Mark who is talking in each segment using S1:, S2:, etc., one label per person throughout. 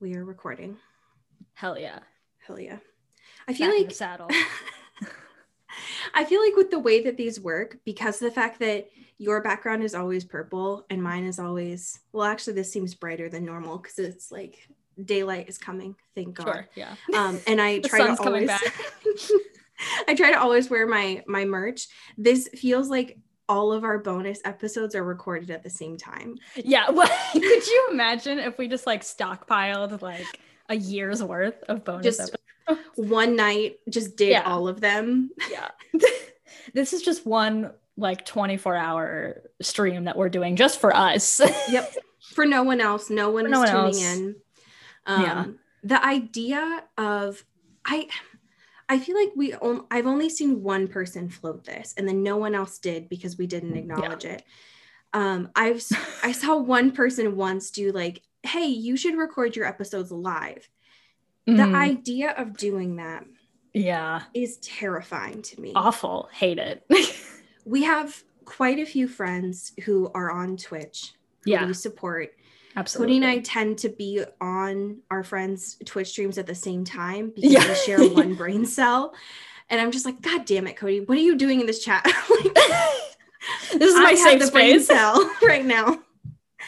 S1: We are recording.
S2: Hell yeah.
S1: Hell yeah. I feel
S2: Back in the
S1: like
S2: saddle.
S1: I feel like with the way that these work, because of the fact that your background is always purple and mine is always well, actually this seems brighter than normal because it's like daylight is coming, thank God.
S2: sure. Yeah.
S1: Um and I
S2: The
S1: try
S2: sun's
S1: to
S2: coming
S1: always
S2: back.
S1: I try to always wear my my merch. This feels like all of our bonus episodes are recorded at the same time.
S2: Yeah. Well, could you imagine if we just like stockpiled like a year's worth of bonus
S1: Just-
S2: episodes?
S1: One night just did
S2: Yeah.
S1: all of them.
S2: Yeah. this is just one like 24 hour stream that we're doing just for us.
S1: yep for no one else no one is
S2: For no one
S1: tuning
S2: else.
S1: in um,
S2: Yeah.
S1: the idea of i i feel like we on, i've only seen one person float this and then no one else did because we didn't acknowledge it um i've s- i saw one person once do like hey you should record your episodes live
S2: Mm,
S1: the idea of doing that
S2: yeah.
S1: is terrifying to me
S2: Awful. Hate it.
S1: we have quite a few friends who are on twitch who
S2: yeah.
S1: we support
S2: Absolutely.
S1: Cody and I tend to be on our friends' Twitch streams at the same time because
S2: Yeah.
S1: we share one brain cell. And I'm just like, God damn it, Cody, what are you doing in this chat? like,
S2: this is
S1: I
S2: my
S1: have
S2: safe
S1: the brain
S2: space.
S1: cell right now.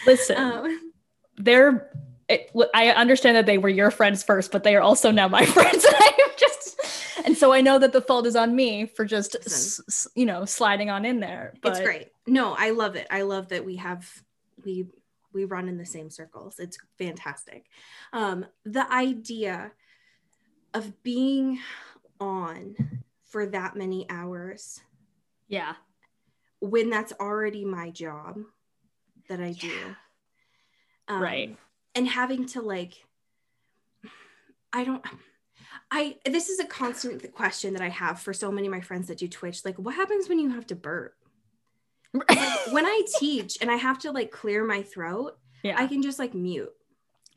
S2: Listen.
S1: Um,
S2: they're it, i understand that they were your friends first but they are also now my friends and i'm just and so i know that the fault is on me for just s-
S1: Listen.
S2: s- you know sliding on in there but
S1: it's great. No, I love it. I love that we have we we run in the same circles. It's fantastic. Um, the idea of being on for that many hours
S2: yeah
S1: when that's already my job that I do.
S2: Yeah.
S1: Um,
S2: Right.
S1: And having to like, I don't, I, this is a constant question that I have for so many of my friends that do Twitch. Like, what happens when you have to burp? When I teach and I have to like clear my throat,
S2: yeah
S1: I can just like mute.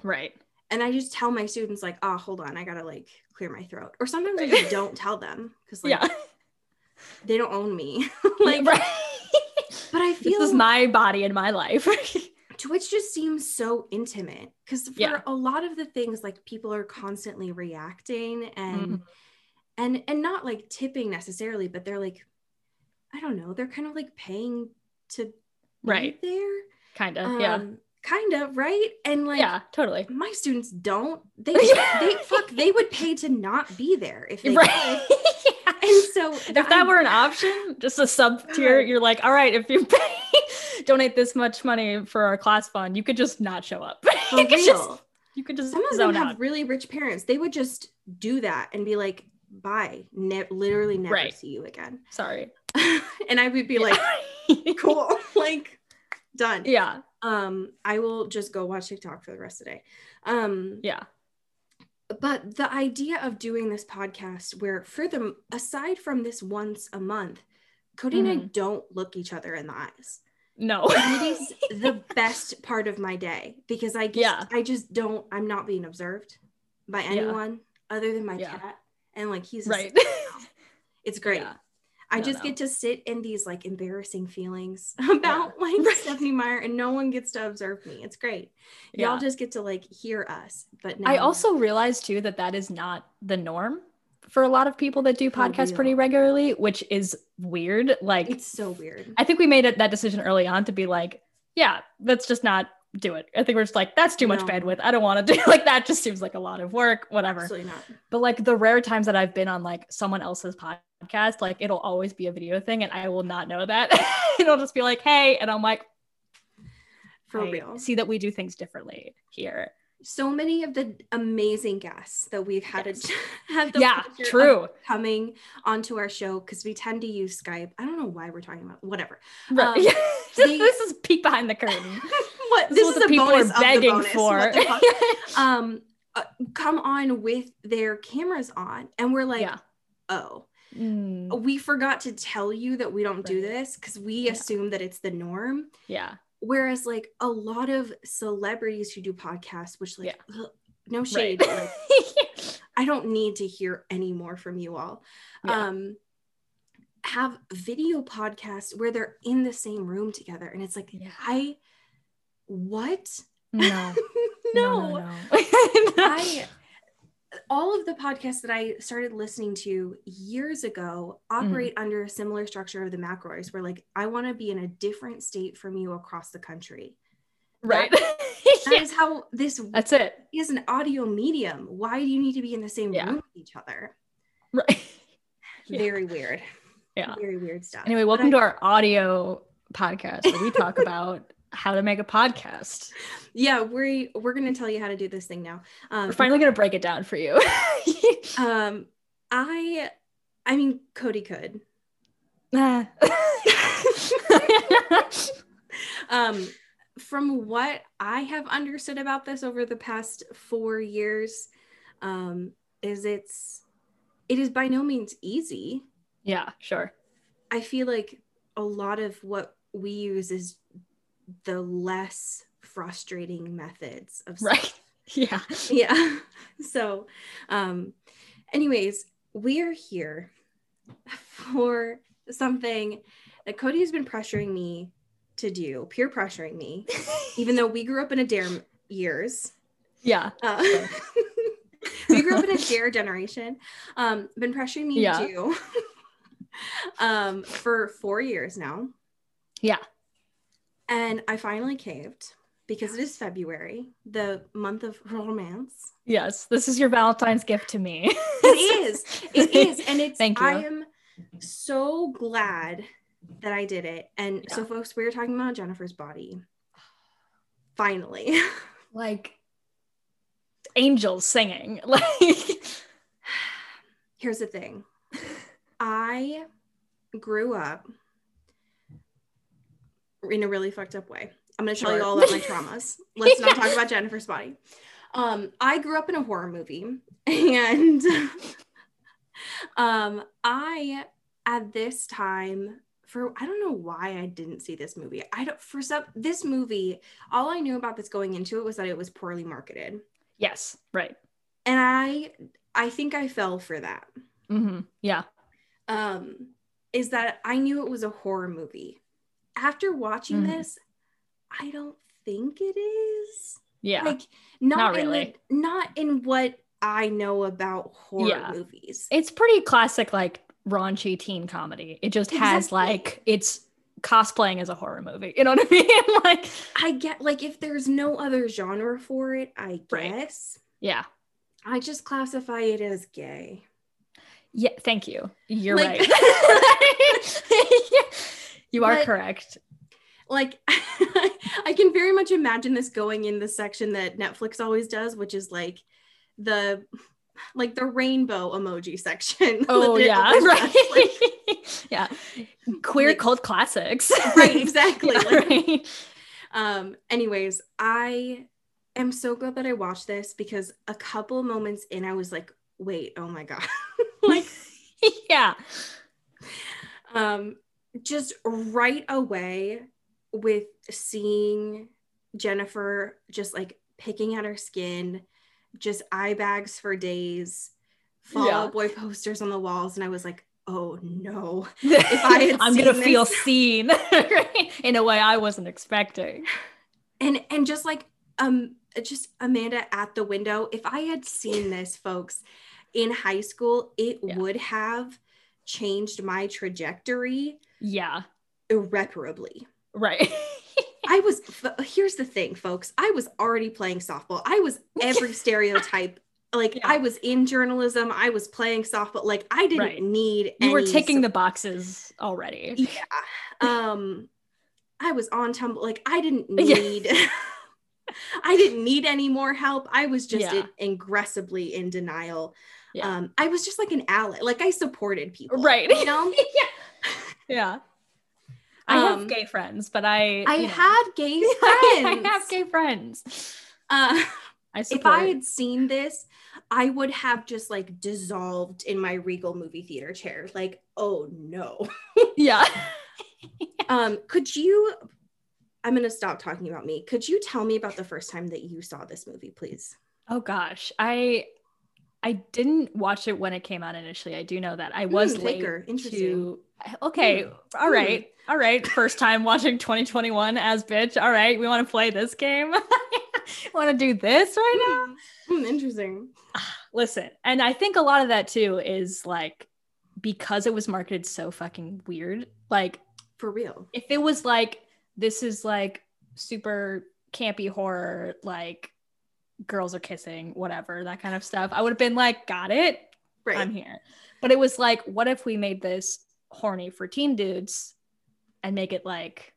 S2: right
S1: And I just tell my students, like, oh, hold on, I gotta like clear my throat. Or sometimes I just don't tell them because like
S2: yeah
S1: they don't own me.
S2: like
S1: like,
S2: right.
S1: but I feel
S2: this is my body and my life
S1: Twitch just seems so intimate because for
S2: Yeah.
S1: a lot of the things like people are constantly reacting and
S2: Mhm.
S1: and and not like tipping necessarily, but they're like, I don't know, they're kind of like paying to be
S2: right
S1: there.
S2: kind of yeah
S1: Um, kind of right, and like
S2: yeah totally
S1: my students don't they
S2: Yeah.
S1: they fuck they would pay to not be there if they
S2: right
S1: could. and so
S2: if that were an option, just a sub tier,
S1: God.
S2: you're like, all right, if you pay, donate this much money for our class fund, you could just not show up.
S1: for
S2: you, could just,
S1: real,
S2: you could just
S1: some of them
S2: zone
S1: have
S2: out.
S1: really rich parents they would just do that and be like bye ne- literally never
S2: Right.
S1: see you again
S2: Sorry.
S1: and i would be like cool like done
S2: yeah,
S1: um i will just go watch tiktok for the rest of the day um
S2: yeah,
S1: but the idea of doing this podcast where for the aside from this once a month cody
S2: Mm-hmm.
S1: and i don't look each other in the eyes
S2: no,
S1: it is the best part of my day because I just,
S2: Yeah.
S1: I just don't I'm not being observed by anyone other than my
S2: Yeah.
S1: cat and like he's just-
S2: right.
S1: it's great
S2: Yeah.
S1: I
S2: No,
S1: just
S2: no.
S1: get to sit in these like embarrassing feelings about like Stephanie Meyer and no one gets to observe me it's great
S2: Yeah.
S1: y'all just get to like hear us but
S2: I
S1: now-
S2: also realized too that that is not the norm for a lot of people that do
S1: For
S2: podcasts pretty
S1: real.
S2: regularly, which is weird. Like,
S1: it's so weird
S2: I think we made it, that decision early on to be like, yeah, let's just not do it. I think we're just like, that's too much
S1: No.
S2: bandwidth. I don't want to do like that. Just seems like a lot of work, whatever.
S1: absolutely not
S2: But like the rare times that I've been on like someone else's podcast, like it'll always be a video thing, and I will not know that. it'll just be like, hey, and I'm like,
S1: for
S2: I
S1: real
S2: See that we do things differently here.
S1: so many of the amazing guests that we've had
S2: Yes.
S1: a, had the
S2: yeah,
S1: pleasure of
S2: true.
S1: coming onto our show because we tend to use Skype. I don't know why we're talking about whatever.
S2: Right.
S1: um, the-
S2: this is peek behind the curtain.
S1: What
S2: This is what the people are begging for.
S1: What the fuck? um, uh, come on with their cameras on, and we're like,
S2: yeah.
S1: oh,
S2: Mm,
S1: we forgot to tell you that we don't do
S2: Right.
S1: this because we
S2: Yeah.
S1: assume that it's the norm.
S2: yeah.
S1: Whereas, like a lot of celebrities who do podcasts, which like. ugh, no shade.
S2: Right.
S1: but, like, I don't need to hear any more from you all.
S2: Yeah.
S1: Um, have video podcasts where they're in the same room together, and it's like,
S2: Yeah.
S1: I what?
S2: no.
S1: no,
S2: no, no.
S1: I all of the podcasts that I started listening to years ago operate
S2: Mm.
S1: under a similar structure of the McRoys, where like I want to be in a different state from you across the country.
S2: right.
S1: That is
S2: Yeah,
S1: how this
S2: That's it.
S1: is an audio medium. Why do you need to be in the same
S2: Yeah.
S1: room with each other?
S2: Right. Yeah.
S1: Very weird.
S2: Yeah.
S1: Very weird stuff.
S2: Anyway,
S1: But
S2: welcome
S1: I-
S2: to our audio podcast where we talk about how to make a podcast.
S1: Yeah, we we're gonna tell you how to do this thing now. Um,
S2: We're finally going to break it down for you.
S1: um, I, I mean, Cody could.
S2: Ah.
S1: Um, from what I have understood about this over the past four years, um, is it's it is by no means easy.
S2: yeah, sure.
S1: I feel like a lot of what we use is the less frustrating methods of
S2: Right. Yeah.
S1: yeah so um anyways we're here for something that cody has been pressuring me to do peer pressuring me even though we grew up in a dare m- years
S2: Yeah.
S1: uh, we grew up in a dare generation um been pressuring me
S2: Yeah.
S1: to do um for four years now
S2: Yeah.
S1: and i finally caved because it is february the month of romance
S2: Yes. This is your Valentine's gift to me.
S1: it is it is and it's
S2: Thank you.
S1: i am so glad that i did it and so folks we were talking about jennifer's body finally
S2: like angels singing. Like
S1: here's the thing i grew up in a really fucked up way i'm going to tell you
S2: Sure.
S1: all about my traumas let's not talk about jennifer's body um i grew up in a horror movie and um i at this time for i don't know why i didn't see this movie i don't for some this movie all i knew about this going into it was that it was poorly marketed
S2: yes, right.
S1: and i i think i fell for that
S2: Mhm. Yeah.
S1: um, is that I knew it was a horror movie. After watching
S2: Mhm.
S1: this, I don't think it is.
S2: Yeah.
S1: Like not,
S2: Not
S1: in
S2: really.
S1: the, not in what I know about horror
S2: Yeah.
S1: movies.
S2: it's pretty classic like raunchy teen comedy it just has
S1: Exactly.
S2: like it's cosplaying as a horror movie you know what i mean like
S1: I get like if there's no other genre for it, I
S2: Right.
S1: guess
S2: yeah
S1: I just classify it as gay.
S2: yeah thank you you're
S1: Like-
S2: right you are
S1: But-
S2: correct
S1: Like I can very much imagine this going in the section that Netflix always does, which is like the like the rainbow emoji section.
S2: oh
S1: That it
S2: yeah
S1: always does. Like,
S2: right yeah queer
S1: Like-
S2: cult classics
S1: right exactly
S2: Yeah,
S1: Like,
S2: right.
S1: um anyways i am so glad that i watched this because a couple moments in i was like wait oh my god like
S2: yeah
S1: um just right away with seeing jennifer just like picking at her skin just eye bags for days fall
S2: Yeah.
S1: out boy posters on the walls and i was like oh no
S2: if
S1: I had
S2: i'm gonna
S1: seen
S2: feel
S1: this-
S2: seen right? in a way i wasn't expecting
S1: and and just like um just amanda at the window if i had seen this folks in high school it
S2: Yeah.
S1: would have changed my trajectory
S2: yeah
S1: irreparably
S2: right
S1: i was f- here's the thing folks i was already playing softball i was every stereotype like
S2: Yeah.
S1: i was in journalism i was playing softball like i didn't
S2: Right.
S1: need
S2: you were
S1: any
S2: ticking the boxes already
S1: yeah um i was on tumblr like i didn't
S2: Yeah.
S1: need i didn't need any more help i was just
S2: Yeah.
S1: in- aggressively in denial
S2: Yeah.
S1: um i was just like an ally like i supported people
S2: Right.
S1: you know
S2: Yeah. I
S1: Um,
S2: have gay friends, but I
S1: i
S2: you know,
S1: had gay friends
S2: I have gay friends.
S1: uh,
S2: I
S1: if
S2: support.
S1: i had seen this i would have just like dissolved in my regal movie theater chair like oh no
S2: yeah.
S1: um could you i'm going to stop talking about me could you tell me about the first time that you saw this movie please
S2: Oh gosh. I I didn't watch it when it came out initially. I do know that. I was
S1: Hmm,
S2: late
S1: Laker. Interesting.
S2: to Okay. All
S1: Hmm.
S2: right. All right. First time watching 2021 as bitch. All right. We want to play this game. want to do this right now?
S1: Hmm, interesting.
S2: Listen, and I think a lot of that too is like because it was marketed so fucking weird. Like
S1: For real.
S2: if it was like this is like super campy horror, like girls are kissing, whatever, that kind of stuff, I would have been like, got it,
S1: Right.
S2: I'm here. But it was like, what if we made this horny for teen dudes and make it like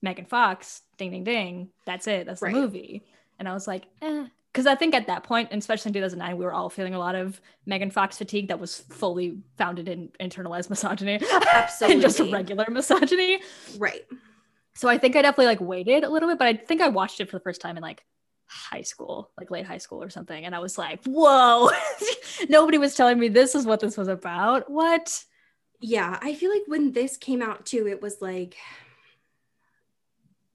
S2: Megan Fox, ding ding ding, that's it, that's
S1: Right.
S2: the movie. And I was like, eh. Because I think at that point, and especially in 2009, we were all feeling a lot of Megan Fox fatigue that was fully founded in internalized misogyny and just
S1: Absolutely.
S2: regular misogyny.
S1: right.
S2: So I think I definitely like waited a little bit, but I think I watched it for the first time in like high school, like late high school or something. And I was like, whoa, nobody was telling me this is what this was about. What?
S1: Yeah. I feel like when this came out too, it was like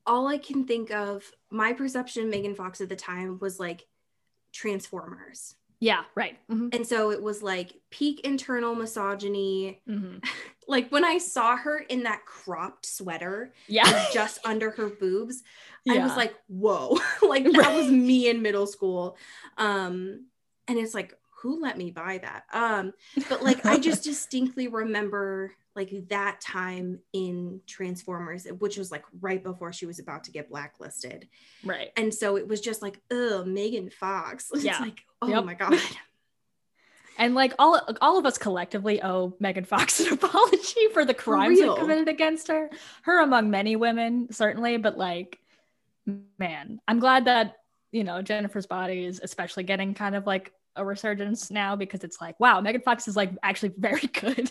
S1: all I can think of, my perception of Megan Fox at the time was like Transformers.
S2: Yeah, right. Mhm,
S1: And so it was like peak internal misogyny.
S2: mhm.
S1: Like when I saw her in that cropped sweater
S2: Yeah.
S1: just under her boobs, I
S2: yeah.
S1: was like, whoa, like that
S2: Right.
S1: was me in middle school. Um, and it's like, who let me buy that? Um, but like I just distinctly remember like that time in Transformers, which was like right before she was about to get blacklisted.
S2: right.
S1: And so it was just like, oh, Megan Fox. It's
S2: Yeah.
S1: like, oh
S2: Yep.
S1: my God.
S2: And like all all of us collectively owe Megan Fox an apology for the crimes
S1: real.
S2: we committed against her. Her among many women, certainly, but like man, I'm glad that, you know, Jennifer's body is especially getting kind of like a resurgence now because it's like, wow, Megan Fox is like actually very good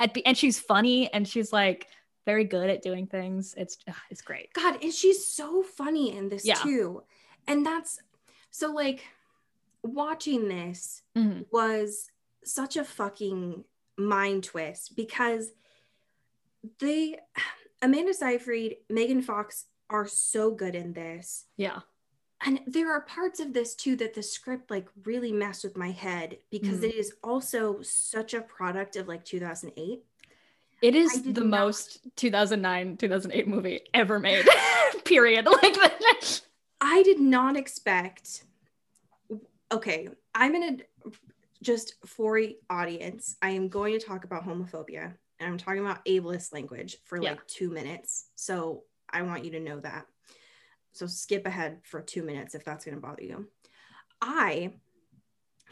S2: at be- and she's funny and she's like very good at doing things. It's ugh, it's great.
S1: God, and she's so funny in this
S2: Yeah.
S1: too. And that's so like watching this
S2: Mhm.
S1: was such a fucking mind twist because they Amanda Seyfried, Megan Fox are so good in this.
S2: Yeah.
S1: And there are parts of this too that the script like really messed with my head because
S2: Mhm.
S1: it is also such a product of like 2008.
S2: It
S1: I
S2: is
S1: did
S2: the
S1: not-
S2: most 2009 2008 movie ever made. Period. Like
S1: I did not expect. Okay, I'm gonna just for a audience. I am going to talk about homophobia, and I'm talking about ableist language for
S2: Yeah.
S1: like two minutes. So I want you to know that. So skip ahead for two minutes if that's gonna bother you. I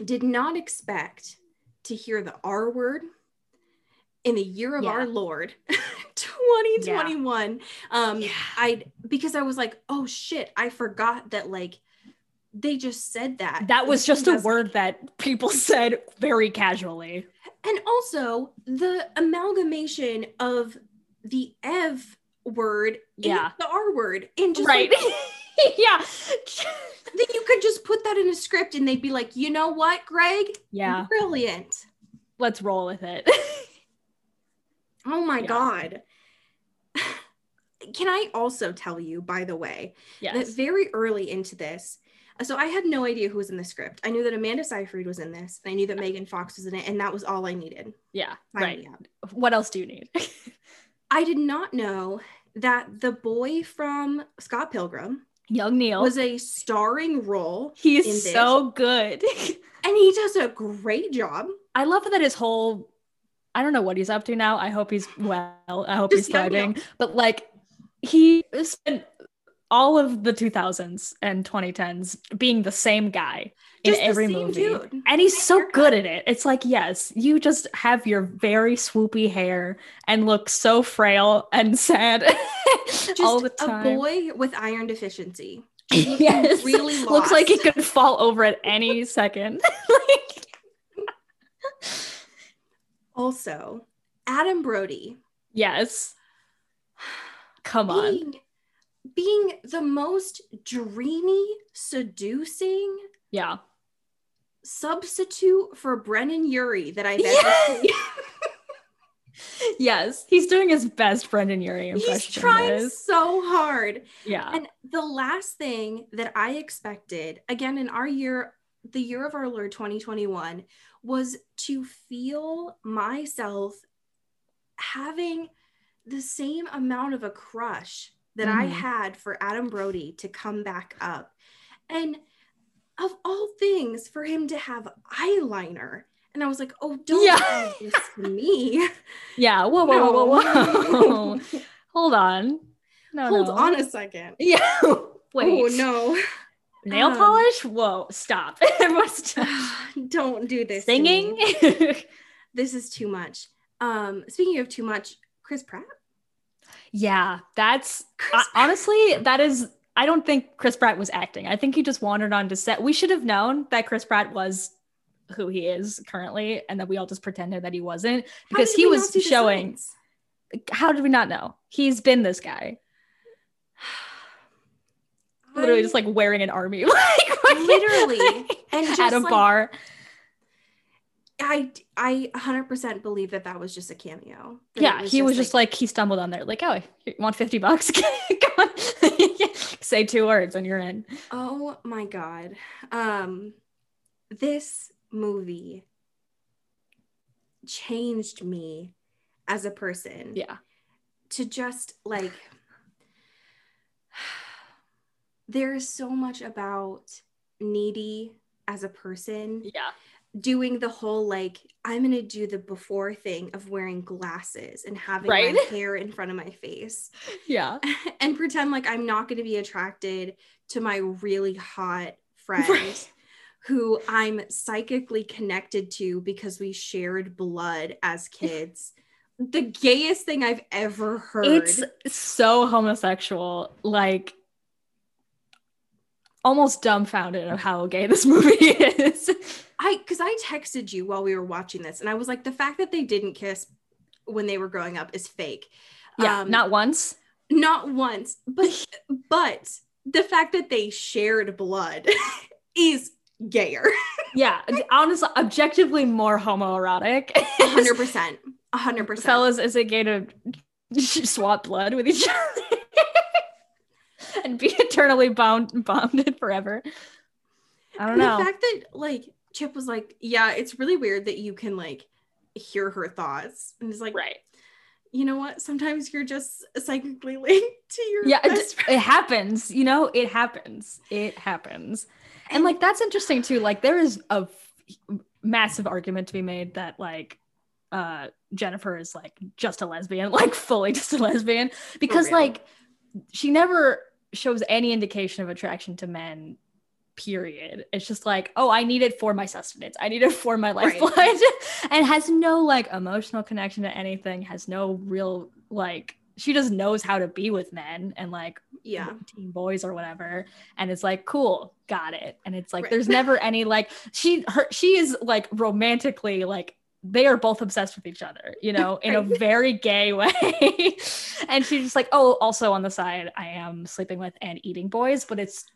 S1: did not expect to hear the R word in the year of
S2: Yeah.
S1: our Lord, 2021. Um,
S2: Yeah.
S1: I because I was like, oh shit, I forgot that like they just said that.
S2: That was just a
S1: Because-
S2: word that people said very casually.
S1: And also the amalgamation of the Ev word and
S2: Yeah.
S1: the R word. And just
S2: right.
S1: like,
S2: yeah.
S1: then you could just put that in a script and they'd be like, you know what, Greg?
S2: Yeah.
S1: Brilliant.
S2: Let's roll with it.
S1: Oh my
S2: Yeah.
S1: God. Can I also tell you, by the way, that
S2: yes.
S1: very early into this, uh, so I had no idea who was in the script. I knew that Amanda Seyfried was in this, and I knew that Megan Fox was in it, and that was all I needed.
S2: Yeah.
S1: Sign
S2: Right.
S1: me up.
S2: What else do you need?
S1: I did not know that the boy from Scott Pilgrim
S2: Young Neil.
S1: was a starring role,
S2: he
S1: in
S2: is
S1: this.
S2: so good.
S1: and he does a great job.
S2: I love that his whole I don't know what he's up to now. I hope he's well. I hope
S1: Just
S2: he's
S1: young Neil.
S2: thriving. But like he spent all of the 2000s and 2010s being the same guy in
S1: Just the
S2: every
S1: same
S2: movie.
S1: dude.
S2: And he's
S1: Same
S2: so
S1: haircut.
S2: good at it. It's like, yes, you just have your very swoopy hair and look so frail and sad
S1: Just
S2: all the time.
S1: a boy with iron deficiency.
S2: yes.
S1: really
S2: Looks like he
S1: lost.
S2: could fall over at any second. like,
S1: Also, Adam Brody
S2: yes. Come on.
S1: being being the most dreamy, seducing
S2: Yeah.
S1: substitute for Brennan Yuri that I've ever
S2: Yes!
S1: seen.
S2: Yes. He's doing his best Brendan Urie impression.
S1: He's
S2: in
S1: trying
S2: this.
S1: so hard.
S2: Yeah.
S1: And the last thing that I expected, again, in our year, the year of our Lord 2021, was to feel myself having the same amount of a crush that I
S2: Mhm.
S1: had for Adam Brody to come back up And of all things, for him to have eyeliner. And I was like, oh, don't
S2: Yeah.
S1: do this to me.
S2: Yeah. Whoa, whoa, whoa, whoa, whoa. Hold on. No,
S1: Hold
S2: no.
S1: on a second.
S2: Yeah. Wait.
S1: Oh, no.
S2: Nail
S1: Um,
S2: polish? Whoa, stop. Everyone stop.
S1: don't do this. to me.
S2: Singing?
S1: This is too much. Um, speaking of too much, Chris Pratt.
S2: yeah, that's
S1: Chris
S2: I, honestly, that is. I don't think Chris Pratt was acting. I think he just wandered onto set. We should have known that Chris Pratt was who he is currently, and that we all just pretended that he wasn't
S1: How
S2: because
S1: did
S2: he
S1: we not
S2: was
S1: see the
S2: showing.
S1: signs?
S2: How did we not know? He's been this guy, literally
S1: I-
S2: just like wearing an army, like what-
S1: Literally. And just
S2: at a
S1: like-
S2: bar.
S1: I I 100% believe that that was just a cameo. That
S2: Yeah,
S1: it
S2: he was just like, he stumbled on there, like, oh, you want fifty bucks? Come on, say two words and you're in.
S1: oh my god. Um this movie changed me as a person
S2: Yeah,
S1: to just like there is so much about needy as a person
S2: yeah,
S1: doing the whole like I'm gonna do the before thing of wearing glasses and having
S2: Right?
S1: my hair in front of my face
S2: yeah.
S1: and pretend like I'm not gonna be attracted to my really hot friend
S2: Right.
S1: who I'm psychically connected to because we shared blood as kids. the gayest thing I've ever heard.
S2: It's so homosexual, like almost dumbfounded of how gay this movie is.
S1: I because I texted you while we were watching this and I was like, the fact that they didn't kiss when they were growing up is fake.
S2: yeah,
S1: Um,
S2: not once.
S1: not once but but the fact that they shared blood is gayer
S2: Yeah, honestly, objectively more homoerotic.
S1: 100% 100%
S2: Fellas, is it gay to swap blood with each other and be eternally bound, bonded forever? I don't
S1: And the
S2: know.
S1: fact that like chip was like yeah it's really weird that you can like hear her thoughts and it's like
S2: right.
S1: you know what sometimes you're just psychically linked to your
S2: yeah it,
S1: best
S2: just- it happens you know it happens it happens and like that's interesting too like there is a f- massive argument to be made that like uh jennifer is like just a lesbian like fully just a lesbian because
S1: real.
S2: like she never shows any indication of attraction to men period it's just like oh i need it for my sustenance i need it for my
S1: Right.
S2: lifeline and has no like emotional connection to anything has no real like she just knows how to be with men and like
S1: yeah
S2: teen boys or whatever and it's like cool got it and it's like
S1: Right.
S2: there's never any like she her she is like romantically like they are both obsessed with each other you know in a
S1: Right.
S2: very gay way and she's just like oh also on the side i am sleeping with and eating boys but it's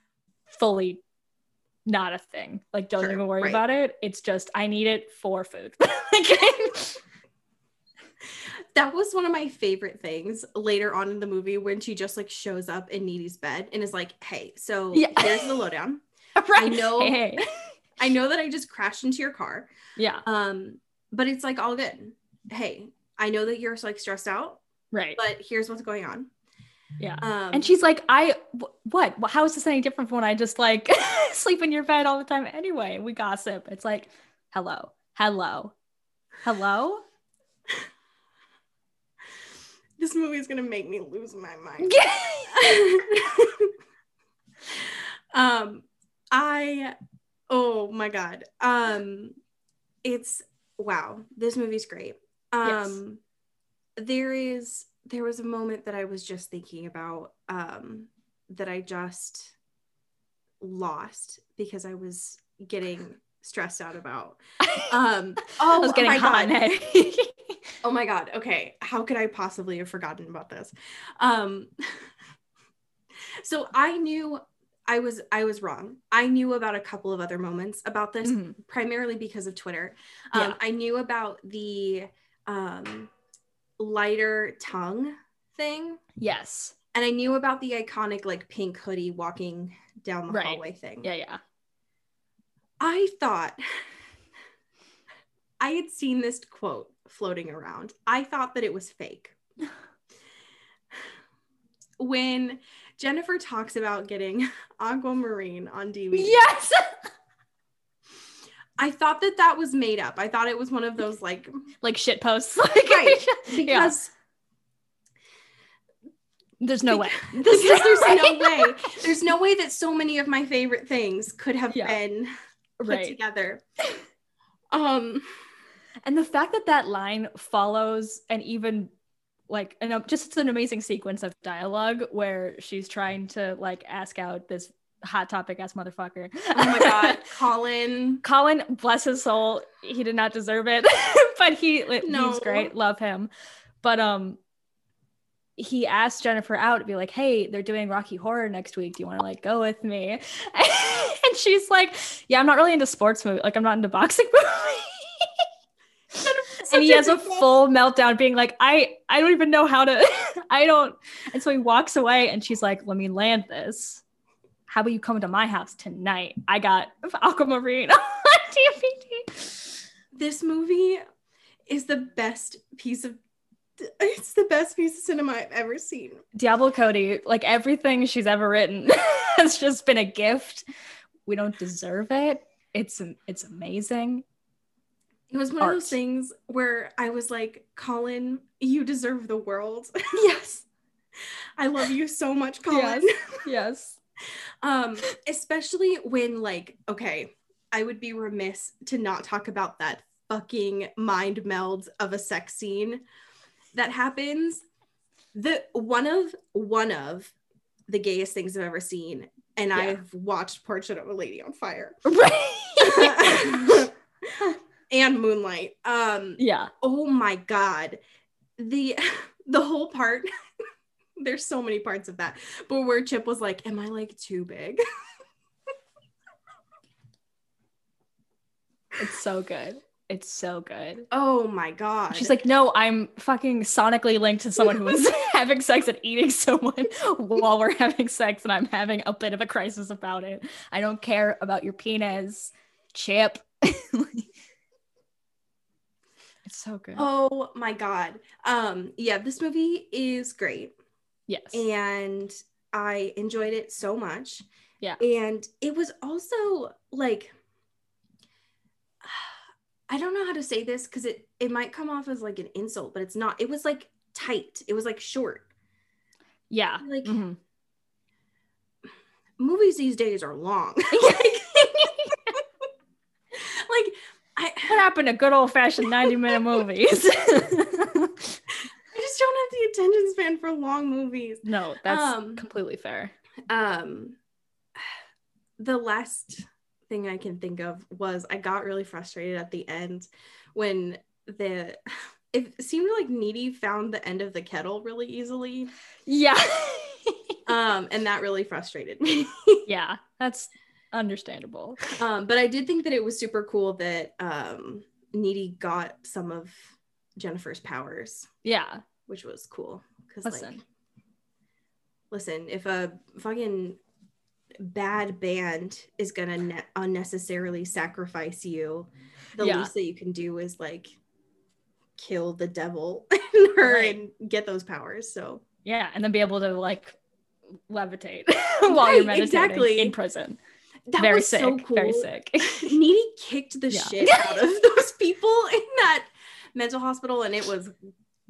S2: fully not a thing like don't
S1: Sure,
S2: even worry
S1: right.
S2: about it it's just i need it for food Like,
S1: that was one of my favorite things later on in the movie when she just like shows up in needy's bed and is like hey so
S2: Yeah.
S1: here's the lowdown
S2: right.
S1: know.
S2: Hey, hey.
S1: i know that i just crashed into your car
S2: Yeah.
S1: Um, but it's like all good. Hey, I know that you're like stressed out,
S2: Right.
S1: but here's what's going on.
S2: yeah.
S1: Um,
S2: and she's like, I wh- what? Wh- How is this any different from when I just like sleep in your bed all the time anyway? We gossip. It's like, hello, hello, hello.
S1: this movie is gonna make me lose my mind.
S2: Yeah.
S1: um, I, oh my god. Um, it's wow. This movie's great. Um, there is there was a moment that I was just thinking about. Um, that I just lost because I was getting stressed out about. Um, oh,
S2: I was getting
S1: my
S2: hot.
S1: God.
S2: and heavy.
S1: Oh my god. Okay. How could I possibly have forgotten about this? Um So I knew I was I was wrong. I knew about a couple of other moments about this
S2: Mhm.
S1: primarily because of Twitter. Um
S2: Yeah.
S1: I knew about the um lighter tongue thing
S2: Yes.
S1: and I knew about the iconic like pink hoodie walking down the
S2: Right.
S1: hallway thing.
S2: Yeah. Yeah.
S1: I thought I had seen this quote floating around. I thought that it was fake. When Jennifer talks about getting Aquamarine on DVD.
S2: Yes.
S1: I thought that that was made up. I thought it was one of those like
S2: like shit posts. Like
S1: Right.
S2: yeah.
S1: because
S2: there's no way.
S1: because there's no
S2: Right.
S1: way there's no way that so many of my favorite things could have
S2: Yeah.
S1: been put
S2: Right.
S1: together. Um
S2: And the fact that that line follows and even like an, um, just it's an amazing sequence of dialogue where she's trying to like ask out this hot topic ass motherfucker.
S1: oh my god, Colin.
S2: Colin, bless his soul, he did not deserve it, but he
S1: No.
S2: he's great. Love him. But um he asked Jennifer out to be like, "Hey, they're doing Rocky Horror next week. Do you want to like go with me?" and she's like, "Yeah, I'm not really into sports movies. Like I'm not into boxing movies." and he
S1: Such a
S2: has a
S1: good-
S2: full meltdown being like, "I I don't even know how to I don't." And so he walks away and she's like, "Let me land this." how about you come to my house tonight? I got Aquamarine on DVD.
S1: this movie is the best piece of it's the best piece of cinema I've ever seen.
S2: Diablo Cody, like everything she's ever written has just been a gift. We don't deserve it. It's it's amazing.
S1: It was one of
S2: Art.
S1: those things where I was like, Colin, you deserve the world.
S2: Yes.
S1: I love you so much, Colin.
S2: Yes.
S1: Um, especially when like, okay, I would be remiss to not talk about that fucking mind meld of a sex scene that happens. The one of one of the gayest things I've ever seen, and
S2: Yeah.
S1: I've watched Portrait of a Lady on Fire
S2: Right.
S1: and Moonlight. Um,
S2: yeah.
S1: oh my god the the whole part there's so many parts of that but where chip was like am i like too big
S2: It's so good. It's so good.
S1: oh my god
S2: She's like, no, I'm fucking sonically linked to someone who is having sex and eating someone while we're having sex, and I'm having a bit of a crisis about it. I don't care about your penis, Chip. it's so good.
S1: oh my god um yeah this movie is great
S2: yes.
S1: and i enjoyed it so much
S2: Yeah.
S1: and it was also like i don't know how to say this because it it might come off as like an insult but it's not it was like tight it was like short
S2: yeah.
S1: like
S2: Mhm.
S1: movies these days are long. like I,
S2: what happened to good old fashioned 90 minute movies?
S1: I just don't have the attention span for long movies.
S2: no, that's
S1: Um,
S2: completely fair.
S1: Um the last thing I can think of was I got really frustrated at the end when the it seemed like Needy found the end of the kettle really easily.
S2: Yeah.
S1: Um and that really frustrated me.
S2: yeah. That's understandable.
S1: Um, but I did think that it was super cool that um, Needy got some of Jennifer's powers,
S2: Yeah.
S1: which was cool. Because like,
S2: Listen.
S1: listen, if a fucking bad band is gonna ne- unnecessarily sacrifice you, the
S2: Yeah.
S1: least that you can do is like kill the devil in her
S2: Right.
S1: and get those powers. So
S2: Yeah, and then be able to like levitate while you're
S1: Right,
S2: meditating
S1: exactly.
S2: in prison.
S1: that
S2: very
S1: was
S2: sick.
S1: so cool.
S2: Very sick.
S1: Needy kicked the
S2: Yeah.
S1: shit out of those people in that mental hospital, and it was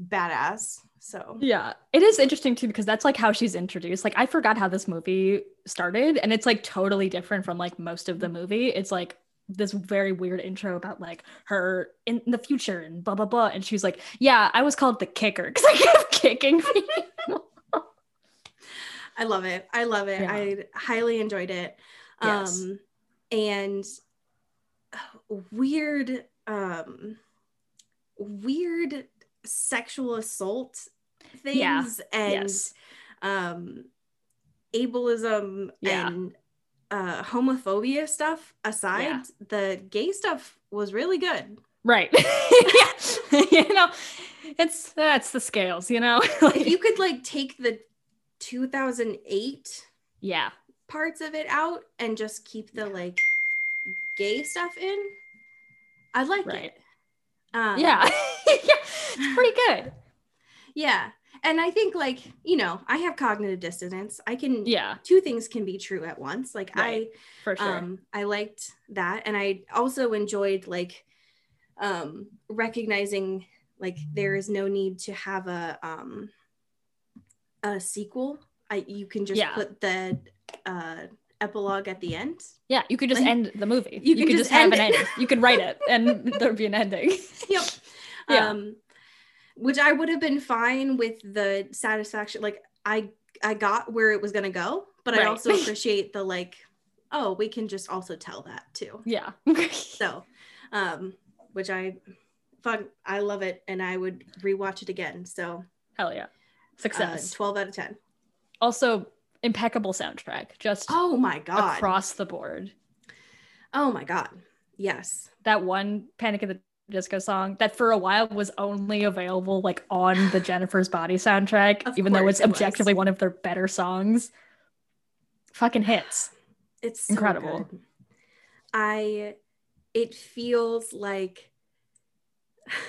S1: badass. So
S2: yeah. It is interesting too because that's like how she's introduced. Like I forgot how this movie started and it's like totally different from like most of the movie. It's like this very weird intro about like her in the future and blah blah blah and she's like, "Yeah, I was called the kicker cuz I kept kicking people."
S1: I love it. I love it.
S2: Yeah.
S1: I highly enjoyed it.
S2: Yes.
S1: Um, and uh, weird, um, weird sexual assault things
S2: Yeah.
S1: and
S2: yes.
S1: um, ableism
S2: Yeah.
S1: and uh, homophobia stuff aside,
S2: Yeah.
S1: the gay stuff was really good.
S2: Right. yeah. you know, it's that's the scales, you know.
S1: if you could like take the 2008
S2: yeah.
S1: parts of it out and just keep the like gay stuff in, I like
S2: Right.
S1: it. Um,
S2: yeah. yeah. It's pretty good.
S1: Yeah. and I think like, you know, I have cognitive dissonance. I can
S2: yeah,
S1: two things can be true at once. Like
S2: Right. for
S1: I
S2: sure.
S1: um I liked that and I also enjoyed like um recognizing like there is no need to have a um a sequel. I you can just
S2: Yeah.
S1: put the uh epilogue at the end.
S2: yeah, you could just
S1: like,
S2: end the movie.
S1: you
S2: You,
S1: can
S2: could
S1: just
S2: just, have
S1: end
S2: an
S1: it.
S2: ending. You could write it, and there'd be an ending.
S1: yep.
S2: Yeah.
S1: Um, which I would have been fine with the satisfaction. Like I, I got where it was gonna go, but I
S2: Right.
S1: also appreciate the like, oh, we can just also tell that too.
S2: Yeah.
S1: So, um, which I, fun, I love it, and I would rewatch it again. So,
S2: Hell yeah.
S1: uh,
S2: Success.
S1: twelve out of ten.
S2: also, impeccable soundtrack. Just
S1: Oh my god.
S2: across the board.
S1: oh my god. Yes.
S2: That one Panic at the Disco song that for a while was only available like on the Jennifer's Body soundtrack,
S1: Of
S2: even though
S1: course
S2: it's
S1: it was.
S2: objectively one of their better songs. Fucking hits.
S1: it's so
S2: Incredible.
S1: good. i it feels like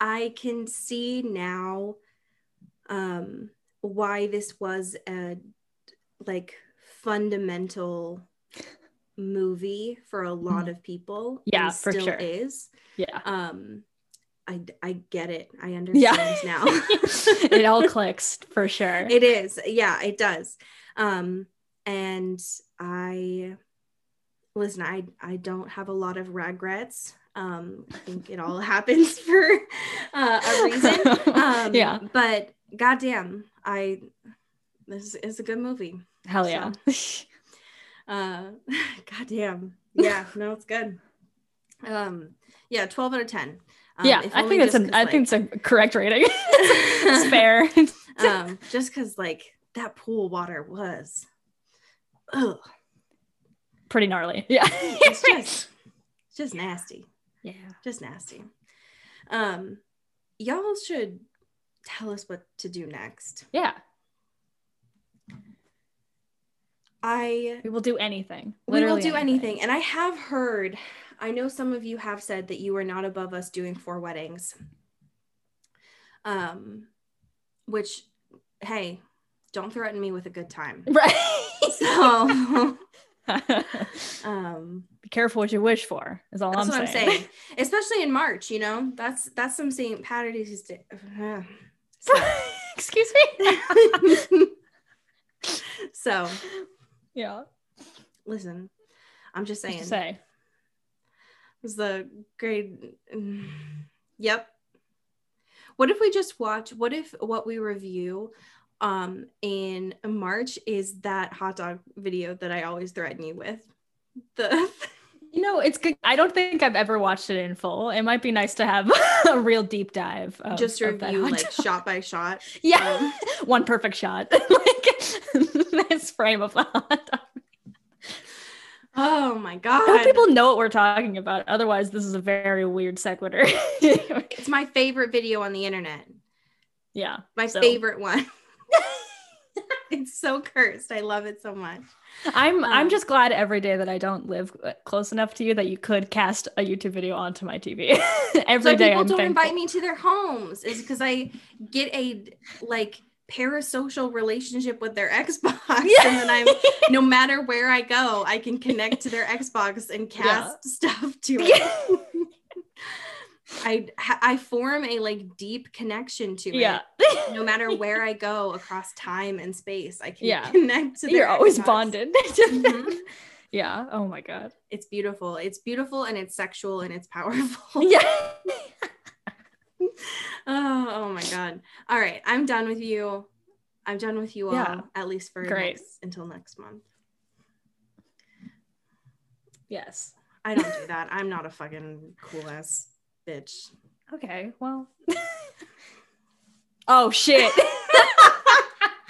S1: i can see now um why this was a like fundamental movie for a lot of people and
S2: Mm-hmm. Yeah, for
S1: still
S2: sure.
S1: is
S2: Yeah.
S1: um i i get it i understand
S2: Yeah.
S1: now
S2: it all clicks for sure.
S1: it is yeah it does um and i listen i i don't have a lot of regrets um i think it all happens for uh, a reason um
S2: yeah.
S1: but goddamn i this is a good movie
S2: Hell yeah.
S1: uh goddamn yeah no it's good um yeah 12 out of 10 um,
S2: yeah.
S1: if
S2: I
S1: only
S2: think it's
S1: just
S2: an
S1: 'cause,
S2: I think it's
S1: like-
S2: a correct rating. it's fair.
S1: um, just because like that pool water was, ugh,
S2: Pretty gnarly. Yeah.
S1: it's just, it's just nasty,
S2: yeah.
S1: just nasty. Um, y'all should tell us what to do next.
S2: Yeah.
S1: I
S2: We will do anything.
S1: we will
S2: Literally
S1: do anything, and I have heard. I know some of you have said that you are not above us doing four weddings. Um, which, hey, don't threaten me with a good time. So,
S2: Right.
S1: um,
S2: Be careful what you wish for. Is all
S1: That's
S2: I'm,
S1: what
S2: saying.
S1: I'm saying. Especially in March, you know, that's that's some St. Patrick's Day. So,
S2: Excuse me.
S1: so,
S2: Yeah.
S1: listen, I'm just
S2: What you
S1: saying. It
S2: Say.
S1: was the grade. Yep. What if we just watch? What if what we review um in March is that hot dog video that I always threaten you with? The
S2: You know, it's good. I don't think I've ever watched it in full. It might be nice to have a real deep dive. Of,
S1: just
S2: of that
S1: review
S2: hot
S1: like um,
S2: dog.
S1: shot by shot.
S2: yeah, one perfect shot, like this frame of the hot dog.
S1: Oh my
S2: I hope
S1: god.
S2: people know what we're talking about. Otherwise, this is a very weird sequitur.
S1: It's my favorite video on the internet.
S2: yeah,
S1: my
S2: So-
S1: favorite one. it's so cursed. I love it so much.
S2: I'm.
S1: Um,
S2: I'm just glad every day that I don't live uh, close enough to you that you could cast a YouTube video onto my TV every
S1: so
S2: day.
S1: people
S2: I'm
S1: don't
S2: thankful.
S1: invite me to their homes is because I get a like parasocial relationship with their Xbox, and then I'm no matter where I go, I can connect to their Xbox and
S2: Yeah.
S1: cast stuff to it.
S2: Yeah.
S1: I I form a like deep connection to
S2: yeah.
S1: it. No matter where I go across time and space, I can
S2: Yeah.
S1: connect to their
S2: You're always
S1: Xbox.
S2: bonded.
S1: Mhm.
S2: yeah. Oh my god.
S1: it's beautiful it's beautiful and it's sexual and it's powerful
S2: Yeah.
S1: oh, oh my god all right i'm done with you i'm done with you all
S2: Yeah.
S1: at least for
S2: Great.
S1: next- until next month
S2: Yes.
S1: i don't do that i'm not a fucking cool ass bitch
S2: Okay. Well. oh shit.